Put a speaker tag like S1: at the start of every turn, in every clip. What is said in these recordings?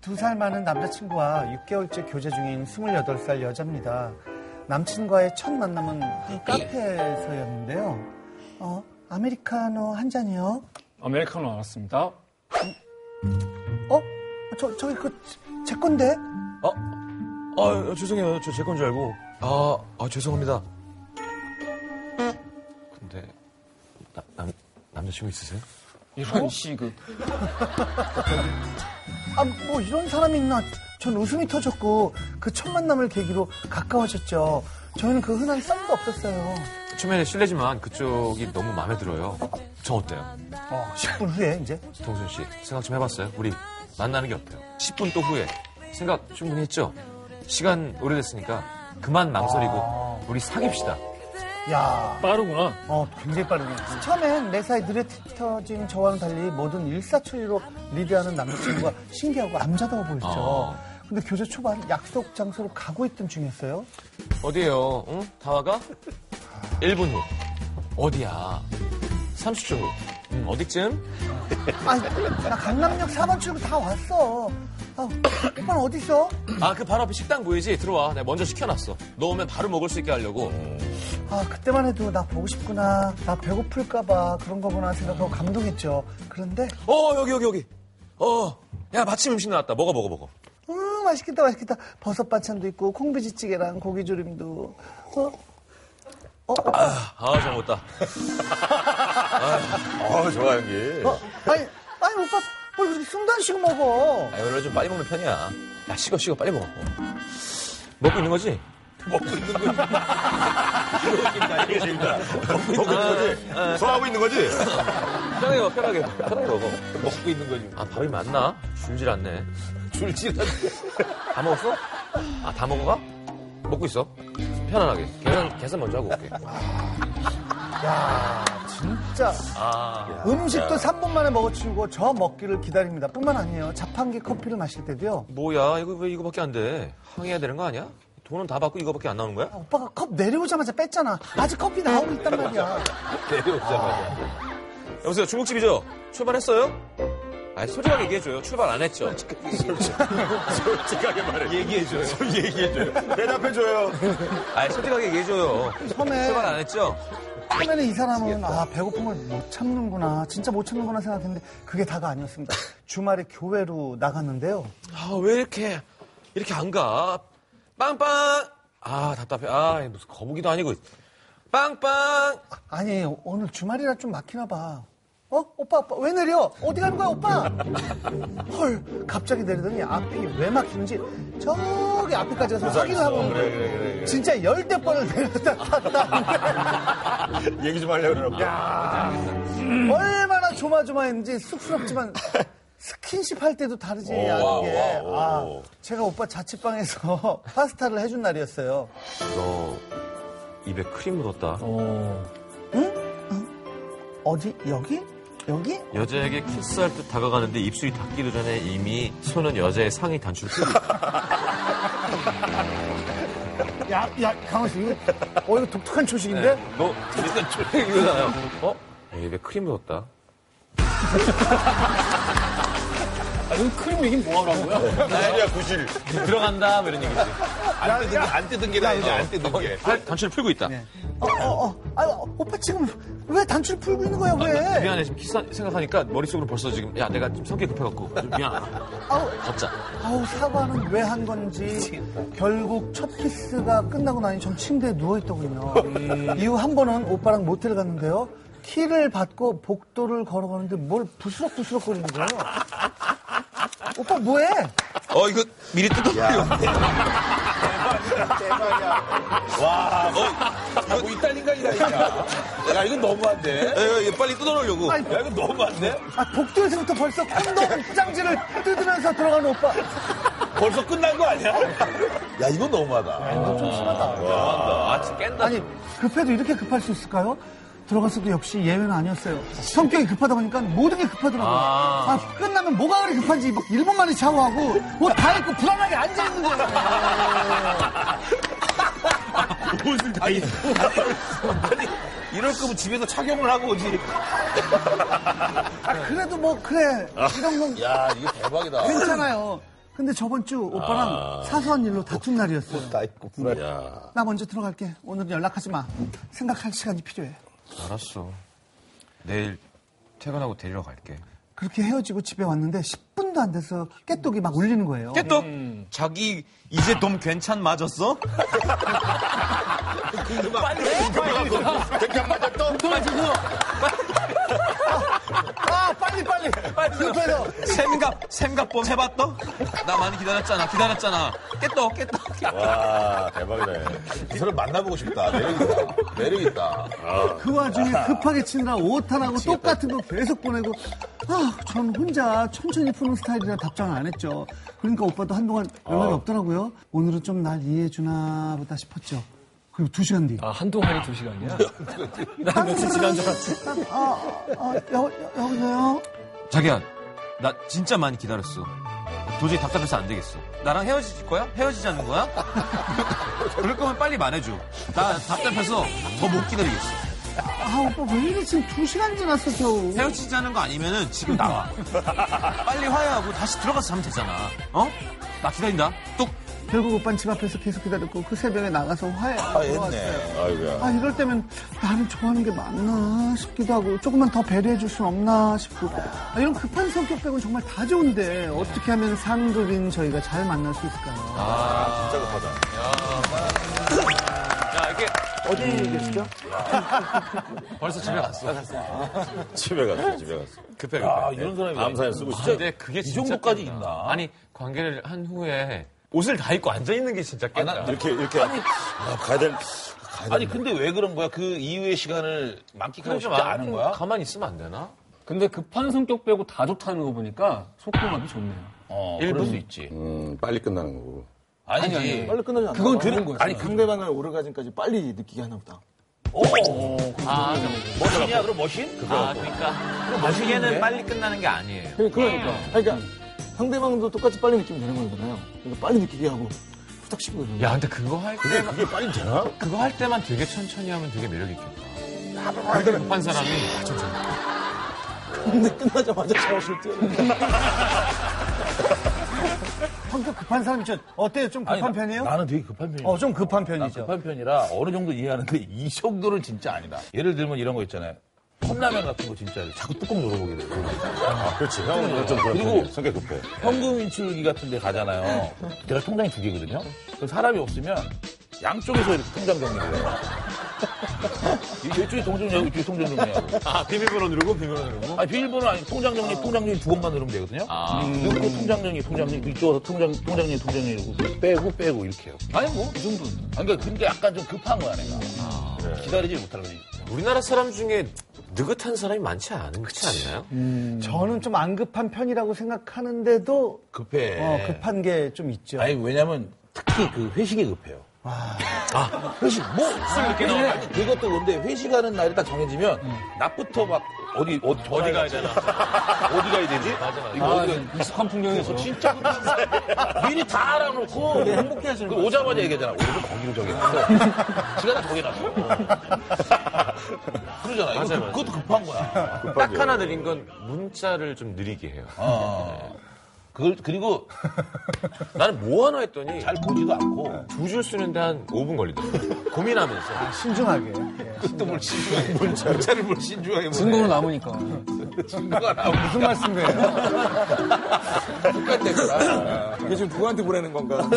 S1: 두 살 많은 남자친구와 6개월째 교제 중인 28살 여자입니다. 남친과의 첫 만남은 한 카페에서였는데요. 어, 아메리카노 한 잔이요?
S2: 아메리카노 알았습니다. 어?
S1: 어? 저, 저기 그 제 건데?
S3: 아, 아 죄송해요. 저 제 건 줄 알고. 아, 아 죄송합니다. 근데 나- 남 남자친구 있으세요?
S2: 이런 그, 식의
S1: 아, 뭐 이런 사람이 있나? 전 웃음이 터졌고 그 첫 만남을 계기로 가까워졌죠. 저희는 그 흔한 썸도 없었어요.
S3: 처음에는 실례지만 그쪽이 너무 마음에 들어요. 저 어때요?
S1: 어, 10분 후에 이제
S3: 동순 씨 생각 좀 해봤어요? 우리 만나는 게 어때요? 10분 또 후에 생각 충분히 했죠? 시간 오래됐으니까 그만 망설이고 우리 사깁시다.
S1: 야,
S2: 빠르구나.
S1: 어, 굉장히 빠르네. 처음엔 내 사이 늘에 터진 저와는 달리 모든 일사천리로 리드하는 남자친구가 신기하고 남자다워 보였죠.
S3: 어.
S1: 근데 교제 초반 약속 장소로 가고 있던 중이었어요.
S3: 어디에요? 응? 다 와가? 1분 후. 어디야? 30초 후. 음, 어디쯤?
S1: 아니, 나 강남역 4번 출구 다 왔어. 아, 오빠는 어디 있어?
S3: 아, 그 바로 앞에 식당 보이지? 들어와. 내가 먼저 시켜놨어. 너 오면 바로 먹을 수 있게 하려고.
S1: 아, 그때만 해도 나 보고 싶구나. 나 배고플까봐 그런 거구나 생각하고 감동했죠. 그런데,
S3: 어, 여기, 여기, 여기. 어, 야, 마침 음식 나왔다. 먹어, 먹어, 먹어.
S1: 음, 맛있겠다, 맛있겠다. 버섯 반찬도 있고, 콩비지찌개랑 고기조림도. 어?
S3: 아, 잘 먹었다.
S4: 어, 좋아, 형님.
S1: 어? 아니, 아니, 오빠, 뭘 그렇게 숭단식 먹어?
S3: 아, 원래 좀 빨리 먹는 편이야. 야, 식어, 식어, 빨리 먹어. 어. 먹고 있는 거지?
S4: 이게 재밌다. 먹고 있는 거지? 소화하고 있는 거지?
S3: 편하게 먹어, 편하게. 편하게 먹어.
S4: 먹고 있는 거지.
S3: 아, 밥이 많나? 줄질 않네. 줄질 않네. 다 먹었어? 아, 다 먹어가? 먹고 있어. 편안하게. 계산, 계산 먼저 하고 올게.
S1: 야, 진짜.
S3: 아,
S1: 음식도 3분 만에 먹어치우고 저 먹기를 기다립니다. 뿐만 아니에요. 자판기 커피를 마실 때도요.
S3: 뭐야. 이거 왜 이거밖에 안 돼? 항해야 되는 거 아니야? 돈은 다 받고 이거밖에 안 나오는 거야?
S1: 오빠가 컵 내려오자마자 뺐잖아. 아직 커피 나오고 있단 말이야.
S3: 내려오자마자. 여보세요, 중국집이죠? 출발했어요? 아, 솔직하게 얘기해줘요. 출발 안 했죠?
S4: 솔직하게 말해.
S3: 얘기해줘요.
S4: 얘기해줘요. 대답해줘요.
S3: 아, 솔직하게 얘기해줘요.
S1: 처음에-
S3: 출발 안 했죠?
S1: 처음에는 이 사람은 아 배고픔을 못 참는구나 진짜 못 참는구나 생각했는데 그게 다가 아니었습니다 주말에 교회로 나갔는데요
S3: 아, 왜 이렇게, 이렇게 안 가? 빵빵! 아, 답답해. 아, 무슨 거북이도 아니고. 빵빵!
S1: 아니 오늘 주말이라 좀 막히나 봐 어? 오빠 오빠 왜 내려? 어디 가는 거야 오빠? 헐 갑자기 내리더니 앞이 왜 막히는지 저기 앞에까지 가서 확인을 하고 있는 거예요 진짜 열대 번을 내렸다 탔다
S4: 얘기 좀 하려고 그러고.
S1: 얼마나 조마조마했는지 쑥스럽지만 스킨십 할 때도 다르지 않게
S4: 오, 오,
S1: 아,
S4: 오.
S1: 제가 오빠 자취방에서 파스타를 해준 날이었어요
S3: 너, 입에 크림 묻었다.
S2: 어,
S1: 어디 여기 여기
S3: 여자에게 키스할 듯 다가가는데 입술이 닿기도 전에 이미 손은 여자의 상의 단추를 끄고 있다.
S1: 야 야 강원 씨 이거 어 이거 독특한 초식인데
S3: 너, 일단 조용히잖아요 어? 야, 입에 크림 묻었다.
S2: 아니, 크림 얘기 뭐 하라고요?
S4: 구실이야, 구실.
S3: 들어간다, 뭐 이런 얘기지.
S4: 안 뜯은 게, 안 뜯은 게 나이지, 안 뜯은 게.
S3: 팔, 아, 단추를 풀고 있다.
S1: 어어어 아 어, 오빠 지금 왜 단추를 풀고 있는 거야 왜
S3: 미안해, 지금 키스 생각하니까 머릿속으로 벌써 지금, 야, 내가 지금 성격 급해갖고. 좀 미안하다.
S1: 아우
S3: 걷자.
S1: 아우 사과는 왜 한 건지 결국 첫 키스가 끝나고 나니 전 침대에 누워 있더군요. 이후 한 번은 오빠랑 모텔 갔는데요. 키를 받고 복도를 걸어가는데 뭘 부스럭부스럭 거리는 거예요. 오빠 뭐해?
S3: 어, 이거 미리 뜯어버려.
S4: 와,
S3: 어,
S4: 자고 있다니까, 이 자식아. 야, 이건 너무한데?
S3: 야, 이거 빨리 뜯어놓으려고.
S1: 아니,
S4: 야, 이건 너무한데?
S1: 아, 복도에서부터 벌써 콘돔 짱지를 뜯으면서 들어가는 오빠.
S4: 벌써 끝난 거 아니야? 야, 이건 너무하다.
S1: 이건 좀 심하다.
S3: 아, 진짜 깬다.
S1: 아니 급해도 이렇게 급할 수 있을까요? 들어갔어도 역시 예외는 아니었어요. 성격이 급하다 보니까 모든 게 급하더라고요.
S3: 아.
S1: 아, 끝나면 뭐가 그리 급한지 막 1분 만에 샤워하고 뭐 다 했고 불안하게 앉아있는 거예요.
S4: 아니, 아니, 이럴 거면 집에서 착용을 하고 오지.
S1: 아, 그래도 뭐 그래 이런 건
S4: 야, 이거 대박이다.
S1: 괜찮아요. 근데 저번 주 오빠랑 사소한 일로 다툰 날이었어요.
S5: 나 있고 불안.
S4: 야.
S1: 나 먼저 들어갈게. 오늘은 연락하지 마. 생각할 시간이 필요해.
S3: 알았어. 내일 퇴근하고 데리러 갈게.
S1: 그렇게 헤어지고 집에 왔는데 10분도 안 돼서 깨똑이 막 울리는 거예요.
S3: 음.
S5: 깨똑 자기 이제 돔 괜찮 맞았어?
S4: 그 빨리 빨리 백장 맞았어?
S1: 아, 빨리, 빨리! 빨리! 옆에서!
S5: 샘갑 샘갑범 해봤어? 나 많이 기다렸잖아 기다렸잖아 깨똑 깨똑
S4: 와 대박이네. 이 사람 만나보고 싶다. 매력 있다. 매력 있다. 아.
S1: 그 와중에 급하게 치느라 오탄하고 똑같은 거 계속 보내고 아, 전 혼자 천천히 푸는 스타일이라 답장을 안 했죠. 그러니까 오빠도 한동안 연락이 없더라고요. 오늘은 좀 날 이해해 주나 보다 싶었죠. 그리고 두 시간 뒤.
S2: 아, 한동안이 두 시간이야?
S1: 난 며칠 지난 줄 알았지. 아, 아, 여, 여, 여보세요?
S3: 자기야, 나 진짜 많이 기다렸어. 도저히 답답해서 안 되겠어. 나랑 헤어질 거야? 헤어지자는 거야? 그럴 거면 빨리 말해줘. 나 답답해서 더 못 기다리겠어.
S1: 아, 오빠 왜 이래? 지금 두 시간 지났어, 겨우.
S3: 헤어지자는 거 아니면은 지금 나와. 빨리 화해하고 다시 들어가서 자면 되잖아. 어? 나 기다린다. 똑.
S1: 결국 오빠는 집 앞에서 계속 기다렸고 그 새벽에 나가서 화해하고
S4: 아,
S1: 돌아왔어요.
S4: 했네. 아이고야.
S1: 아 이럴 때면 나를 좋아하는 게 맞나 싶기도 하고 조금만 더 배려해 줄 순 없나 싶고 아, 이런 급한 성격 빼고는 정말 다 좋은데 어떻게 하면 상급인 저희가 잘 만날 수 있을까요?
S4: 진짜 급하다.
S3: 야, 이게
S1: 어디 계시죠?
S3: 벌써 집에 갔어.
S4: 집에 갔어. 집에 갔어.
S5: 네,
S3: 급해, 급해.
S4: 아 이런 사람이 암사에 쓰고
S5: 아,
S3: 아,
S4: 진짜.
S3: 근데 그게
S4: 이
S3: 진짜
S4: 정도까지
S3: 깨다.
S4: 있나?
S3: 아니, 관계를 한 후에 옷을 다 입고 앉아있는 게 진짜
S5: 아,
S3: 깨다.
S5: 난
S4: 이렇게 이렇게 아, 가야 될. 가야
S5: 아니 근데 왜 그런 거야? 그 이후의 시간을 만끽하고
S3: 좀
S5: 싶지
S3: 안-
S5: 않은 거야?
S3: 가만히 있으면 안 되나?
S2: 근데 급한 성격 빼고 다 좋다는 거 보니까 속도감이 좋네요.
S5: 어,
S3: 일본?
S5: 그럴 수 있지.
S4: 음, 빨리 끝나는 거고.
S5: 아니지.
S6: 빨리 끝나지 않나?
S2: 그건 좋은 거였어요.
S6: 아니, 상대방을 오르가즘까지 빨리 느끼게 하나 보다.
S5: 머신이야 아, 그럼 머신?
S3: 아, 그러니까. 머시기에는 빨리 끝나는 게 아니에요.
S6: 그러니까. 그러니까 상대방도 똑같이 빨리 느끼면 되는 거잖아요. 그러니까 빨리 느끼게 하고 후딱 씹고 그러는
S3: 야, 근데 그거 할
S4: 그게
S3: 때만,
S4: 그게 빨리 되나?
S3: 그거 할 때만 되게 천천히 하면 되게 매력있겠다. 급한 사람이.
S6: 근데 끝나자마자 샤워실 뛰어.
S1: 성격 급한 사람 있죠? 어때요? 좀 급한
S5: 아니, 나-
S1: 편이에요?
S5: 나는 되게 급한 편이야.
S1: 어, 좀 급한
S5: 나
S1: 편이죠.
S5: 급한 편이라 어느 정도 이해하는데 이 정도는 진짜 아니다. 예를 들면 이런 거 있잖아요. 컵라면 같은 거 진짜 자꾸 뚜껑 열어보게 돼.
S4: 아, 그렇지. 형은 좀 그런
S5: 그리고-
S4: 편이에요. 성격 급해.
S5: 현금 인출기 같은 데 가잖아요. 제가 통장이 두 개거든요. 그럼 사람이 없으면 양쪽에서 이렇게 통장 정리를 해요. 이- 이쪽에 통장 정리, 이쪽에 통장 정리하고.
S3: 아, 비밀번호 누르고, 비밀번호 누르고.
S5: 아니, 비밀번호 아니, 통장 정리, 통장 정리 두 번만 누르면 되거든요. 그리고 또 통장 정리, 통장 정리, 이쪽에서 통장, 통장 정리, 통장 정리 이러고 빼고 빼고 이렇게 해요.
S2: 아니, 뭐, 이 정도는.
S5: 아, 그러니까 근데 약간 좀 급한 거야, 내가. 네. 기다리지 그러니까. 못하는 거지.
S3: 우리나라 사람 중에 느긋한 사람이 많지 않지 않나요?
S4: 음,
S1: 저는 좀 안 급한 편이라고 생각하는데도
S5: 급해.
S1: 어, 급한 게 좀 있죠.
S5: 아니 왜냐면 특히 그 회식이 급해요. 아, 회식 뭐술 늦게 나와. 그것도 그런데 회식하는 날이 딱 정해지면 낮부터 막 어디 어디 어디 가야 되나 어디 가야 되지? 맞아 맞아. 이거
S2: 아,
S5: 어디
S2: 익숙한 풍경에서 진
S5: 진짜 급한 거야. 미리 다 알아놓고 행복해 하시는 거 오자마자 얘기하잖아. 오늘은 거기로 정해놨어. 지가 다 정해놨어. 그러잖아. 이거 그- 그것도 급한 거야.
S3: 딱 하나 느린 건 문자를 좀 느리게 해요.
S4: 아.
S5: 그걸 그리고
S3: 나는 뭐 하나 했더니
S5: 잘 보지도 않고
S3: 두 줄 쓰는데 한 5분 걸리더라고요. 고민하면서.
S4: 아,
S1: 신중하게.
S5: 또 뭘 신중하게 문자를 뭘 신중하게 보내.
S2: 증거로 남으니까.
S5: 증거가 나오고
S1: 무슨 말씀이에요?
S6: 이게 지금 누구한테 보내는 건가?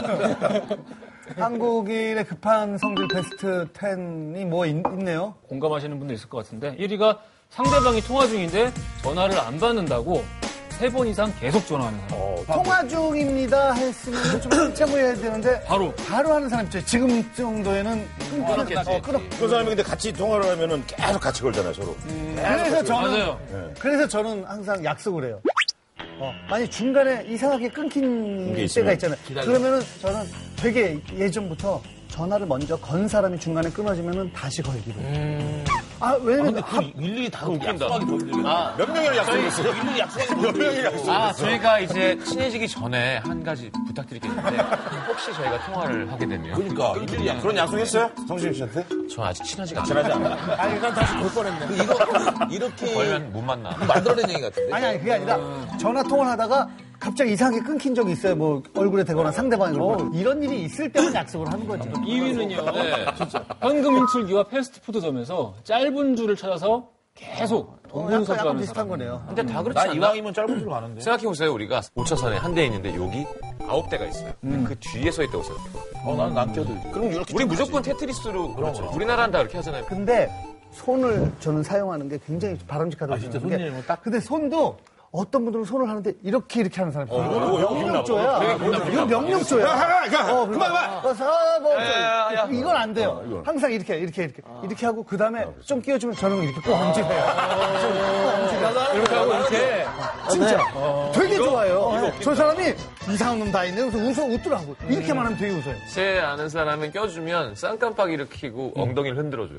S1: 한국인의 급한 음. 성질 베스트 10이 뭐 있, 있네요?
S2: 공감하시는 분들 있을 것 같은데 1위가 상대방이 통화 중인데 전화를 안 받는다고 세 번 이상 계속 전화하는 사람.
S1: 통화 중입니다 했으면 좀 끊자고 해야 되는데
S2: 바로.
S1: 바로 하는 사람 있죠. 지금 정도에는 끊었겠지. 어, 끊어.
S4: 그 사람이 근데 같이 통화를 하면은 계속 같이 걸잖아요, 서로.
S1: 그래서 저는
S2: 맞아요.
S1: 그래서 저는 항상 약속을 해요. 어, 만약 중간에 이상하게 끊긴
S4: 게 있으면
S1: 때가 있잖아요. 그러면은 저는 되게 예전부터 전화를 먼저 건 사람이 중간에 끊어지면은 다시 걸기로. 아 왜냐면
S5: 근데 그 일일이 다 약속하기 더 힘들겠다.
S4: 몇 명이랑 약속했어요?
S5: 일일이 약속하기
S4: 몇 명이랑 약속?
S3: 아, 저희가 이제 친해지기 전에 한 가지 부탁드릴 게 있는데 혹시 저희가 통화를 하게 되면
S5: 그러니까 일일이 약속.
S4: 그런 약속했어요? 성시윤 씨한테?
S3: 저 아직 친하지가 않아요.
S5: 그 이거 이렇게
S3: 걸면 못 만나.
S5: 만들어낸 얘기 같은데.
S1: 아니 아니 그게 아니라 전화 통화를 하다가 갑자기 이상하게 끊긴 적이 있어요. 뭐 얼굴에 대거나 상대방이 그러고 이런 일이 있을 때만 약속을 하는 거죠.
S2: 2위는요.
S3: 네.
S2: 현금 인출기와 패스트푸드점에서 짧은 줄을 찾아서 계속 돈
S1: 어,
S2: 보는
S1: 약간,
S2: 사주
S1: 약간
S2: 하는
S1: 비슷한
S2: 사람.
S1: 거네요.
S2: 근데 다 그렇지
S5: 난
S2: 않나?
S5: 이왕이면 짧은 줄로 가는데.
S3: 생각해보세요, 우리가 5차선에 한 대 있는데 여기 9대가 있어요. 근데 그 뒤에 서 있다고 생각해요.
S5: 어, 나는 안 껴들지.
S3: 그럼 이렇게 우리 무조건 테트리스로 그렇죠. 우리나라는 다 그렇게 하잖아요.
S1: 근데 손을 저는 사용하는 게 굉장히 바람직하다고
S5: 진짜
S1: 생각하는
S5: 손이에요,
S1: 게
S5: 이거 딱?
S1: 근데 손도 어떤 분들은 손을 하는데 이렇게 이렇게 하는 사람이 있어요. 이건 명령조야. 이건 명령조야. 어, 그만 그만. 아, 이건 안 돼요. 항상 이렇게 이렇게 이렇게 이렇게 하고 그 다음에 좀 끼워주면 저는 이렇게 꼭 엄지해요. 아. 네.
S2: 이렇게 하고 이렇게.
S1: 진짜 되게 좋아요. 네. 저 어. 사람이 이상한 놈 다 있네. 그래서 웃어 웃더라고. 이렇게만 하면 되게 웃어요.
S3: 제 아는 사람은 껴주면 쌍깜빡 일으키고 엉덩이를 흔들어줘요.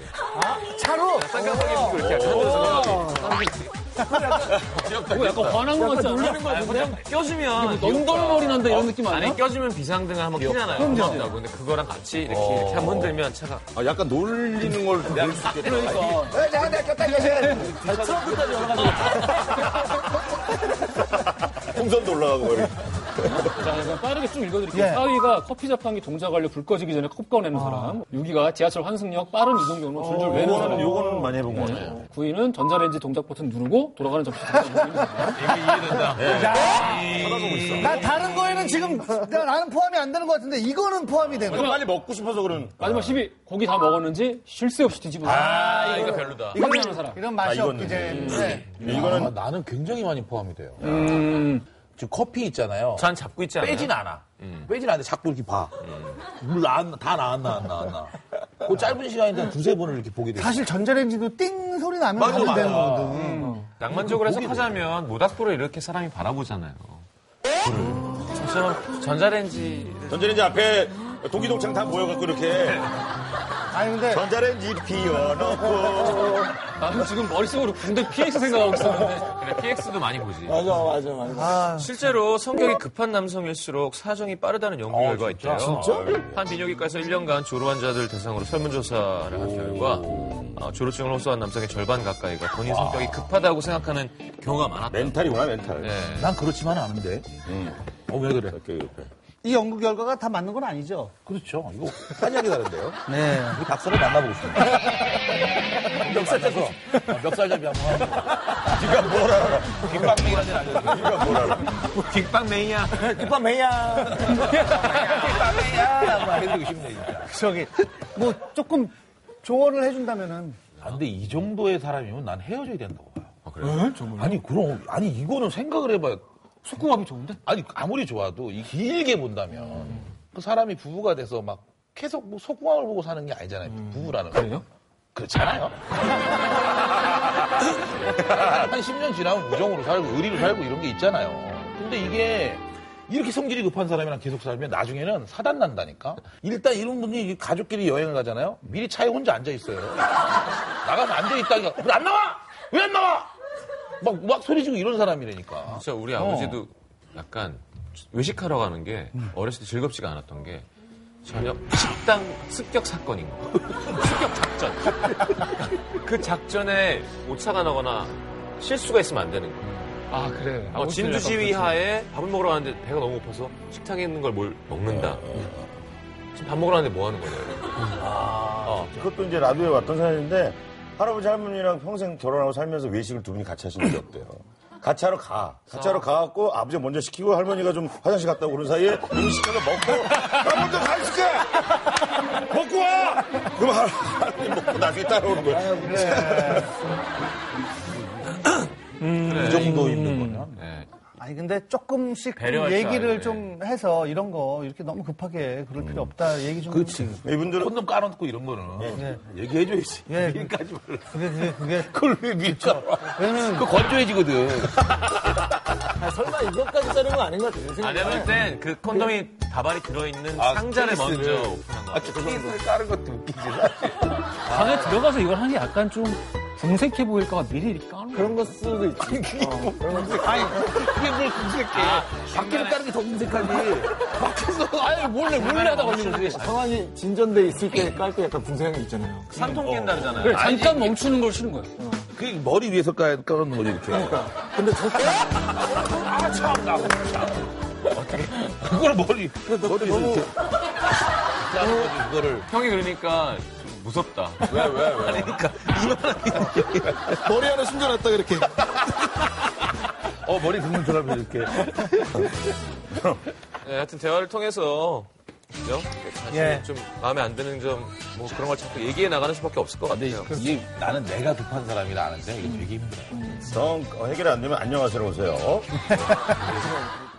S1: 차로
S3: 쌍깜빡 일으키고 이렇게 하죠. 흔들어서
S2: 그거 약간 화난 거 같지 않아?
S3: 그냥 껴주면
S2: 넌덜머리 난다 이런 느낌 어? 아니야?
S3: 안에 껴주면 비상등 한번 키잖아요. 어. 고맙다고. 근데 그거랑 같이 이렇게, 이렇게 한번 흔들면 차가
S4: 아, 약간 놀리는 걸 볼 수 있겠다.
S5: 그러니까.
S4: 아,
S1: 내가 내가 꼈다 이거.
S4: 풍선도 올라가고 막 이렇게.
S2: 자, 이거 빠르게 좀 읽어드릴게요.
S1: 예.
S2: 4위가 커피 자판기 동자 관료 불 꺼지기 전에 컵 꺼내는 사람. 6위가 지하철 환승역 빠른 이동 경로 줄줄 외는 사람.
S5: 요거는 많이 해본 거 같아요.
S2: 9위는 전자레인지 동작 버튼 누르고 돌아가는 접시. 잠깐 누르는 사람.
S4: 예.
S1: 나 다른 거에는 지금 나- 나는 포함이 안 되는 것 같은데 이거는 포함이 된 거야.
S4: 빨리 먹고 싶어서 그런.
S2: 마지막 10위 고기 다 먹었는지 쉴 새 없이 뒤집어. 아,
S3: 이거 별로다.
S2: 이거 하는 사람.
S1: 이런 맛이
S4: 아,
S1: 없기 때문에
S5: 이거는 아, 나는 굉장히 많이 포함이 돼요. 지금 커피 있잖아요. 음.
S3: 잔 잡고 있지 않아요?
S5: 빼진 음. 않아. 빼진 않는데 자꾸 이렇게 봐. 물 안, 다 나왔나, 안 나왔나. 그 짧은 시간인데 두세 번을 이렇게 보게 돼.
S1: 사실 전자레인지도 띵 소리 나면 가면
S4: 네,
S1: 되는
S4: 뭐,
S1: 거거든.
S3: 낭만적으로 해석하자면 모닥불을 이렇게 사람이 바라보잖아요. 저처럼 전자레인지
S4: 전자레인지 앞에 동기동창 다 모여갖고 이렇게.
S1: 아니 근데
S4: 전자레인지 비워놓고.
S2: 나는 지금 머릿속으로 군대 PX 생각하고 있었는데.
S3: 그래 PX도 많이 보지.
S6: 맞아, 맞아, 맞아.
S3: 실제로 성격이 급한 남성일수록 사정이 빠르다는 연구 결과가 있대요. 한 비뇨기과에서 1년간 조로 환자들 대상으로 설문조사를 한 결과 어, 조로증을 호소한 남성의 절반 가까이가 본인 성격이 급하다고 생각하는 경우가 많았다.
S4: 멘탈이구나, 음. 멘탈.
S3: 네.
S5: 난 그렇지만 은 않은데. 어, 왜 그래?
S4: 이렇게, 이렇게.
S1: 이 연구 결과가 다 맞는 건 아니죠.
S5: 그렇죠. 이거 한약이 다른데요.
S1: 네.
S5: 우리 박사를 만나보고 싶어요. 멱살잡이. 어, 멱살잡이 한 번. 하고.
S4: 네가 뭘 알아. 네가 뭘 알아.
S3: 빅빵맨이야.
S5: 급한 매야. 급한 매야. 막 해드리고 싶네, 진짜.
S1: 저기 뭐 조금 조언을 해준다면은
S5: 아, 근데 이 정도의 사람이면 난 헤어져야 된다고 봐요. 네? 아니, 그럼. 아니, 이거는 생각을 해봐요.
S2: 속궁합이 좋은데?
S5: 아니 아무리 좋아도 이 길게 본다면 그 사람이 부부가 돼서 막 계속 뭐 속궁합을 보고 사는 게 아니잖아요 부부라는 거 음. 그래요? 그렇잖아요 한 10년 지나면 우정으로 살고 의리로 살고 이런 게 있잖아요 근데 이게 이렇게 성질이 급한 사람이랑 계속 살면 나중에는 사단 난다니까 일단 이런 분이 가족끼리 여행을 가잖아요 미리 차에 혼자 앉아 있어요 나가서 앉아 있다니까 "왜안 나와 왜 안 나와 막, 막 소리지고 이런 사람이라니까
S3: 진짜 우리 아버지도 약간 외식하러 가는 게 어렸을 때 즐겁지가 않았던 게 저녁 식당 습격 사건인 거. 습격 작전. 그 작전에 오차가 나거나 실수가 있으면 안 되는 거.
S2: 아, 그래.
S3: 어, 그렇죠. 진주 지휘 하에 밥을 먹으러 갔는데 배가 너무 고파서 식탁에 있는 걸 뭘 먹는다. 지금 밥 먹으러 갔는데 뭐 하는 거냐.
S4: 그것도 이제 라디오에 왔던 사연인데 할아버지 할머니랑 평생 결혼하고 살면서 외식을 두 분이 같이 하신 적이 없대요. 같이 하러 가. 같이 하러 가갖고 아버지 먼저 시키고 할머니가 좀 화장실 갔다 오고 그런 사이에 이미 시켜서 먹고 나 먼저 가 있을게! 먹고 와! 그럼 할- 할머니 먹고 나중에 따라오는 거야. 음.
S5: 이 정도 있는 거냐
S3: 예.
S1: 아니 근데 조금씩 좀
S3: 배려할 줄
S1: 얘기를
S3: 알아야
S1: 좀 해서 이런 거 이렇게 너무 급하게 그럴 필요 없다 얘기 좀. 그렇지.
S5: 음.
S4: 이분들은
S5: 콘돔 깔아놓고 이런 거는 네. 얘기해줘야지.
S1: 예.
S5: 미리까지 말라.
S1: 그게 그게 그게
S5: 그걸 왜 미리 깔아?
S1: 왜냐면
S5: 그거 건조해지거든.
S6: 아, 설마 이것까지 짜는 건 아닌 것 같아. 내
S3: 안 해볼 땐 그 콘돔이 다발이 들어있는
S4: 아,
S3: 상자를 먼저 오픈한 거.
S5: 아, 케이스를 깔은 것도 웃기지.
S2: 방에 들어가서 이걸 하는 게 약간 좀 궁색해 보일까봐 미리 이렇게 까는 아, 거.
S6: 그런 거 수도 있지.
S2: 뭐.
S5: 그게 뭘 검색해. 밖에를 깔는 게 더 검색하니. 밖에서, 아유, 몰래, 몰래 하다 걸리는 거지.
S6: 아, 상황이 진전돼 있을 때 깔 때 약간 분생이 있잖아요.
S3: 산통 깬다잖아요.
S2: 그래, 잠깐 멈추는 걸 싫은 거야.
S4: 그 머리 위에서 깔- 깔아놓는 거지, 이렇게.
S7: 근데 저
S4: 아, 참, 나, 참. 어떻게, 그걸 머리, 머리 너무. 야, 그거를.
S3: 형이 그러니까 좀 무섭다. 왜, 왜, 왜?
S4: 그러니까, 이만하게.
S7: 머리 안에 숨겨놨다 이렇게.
S4: 어, 머리 긁는 줄 알면서 이렇게.
S3: 네, 하여튼 대화를 통해서 그죠? 자신이
S8: 예.
S3: 좀 마음에 안 드는 점 뭐 그런 걸 자꾸 얘기해 나가는 수밖에 없을 것
S4: 근데
S3: 같아요.
S4: 이게 나는 내가 급한 사람이라 아는데, 이게 되게 힘들어.
S9: 정 어, 해결 안 되면 안녕하세요 오세요.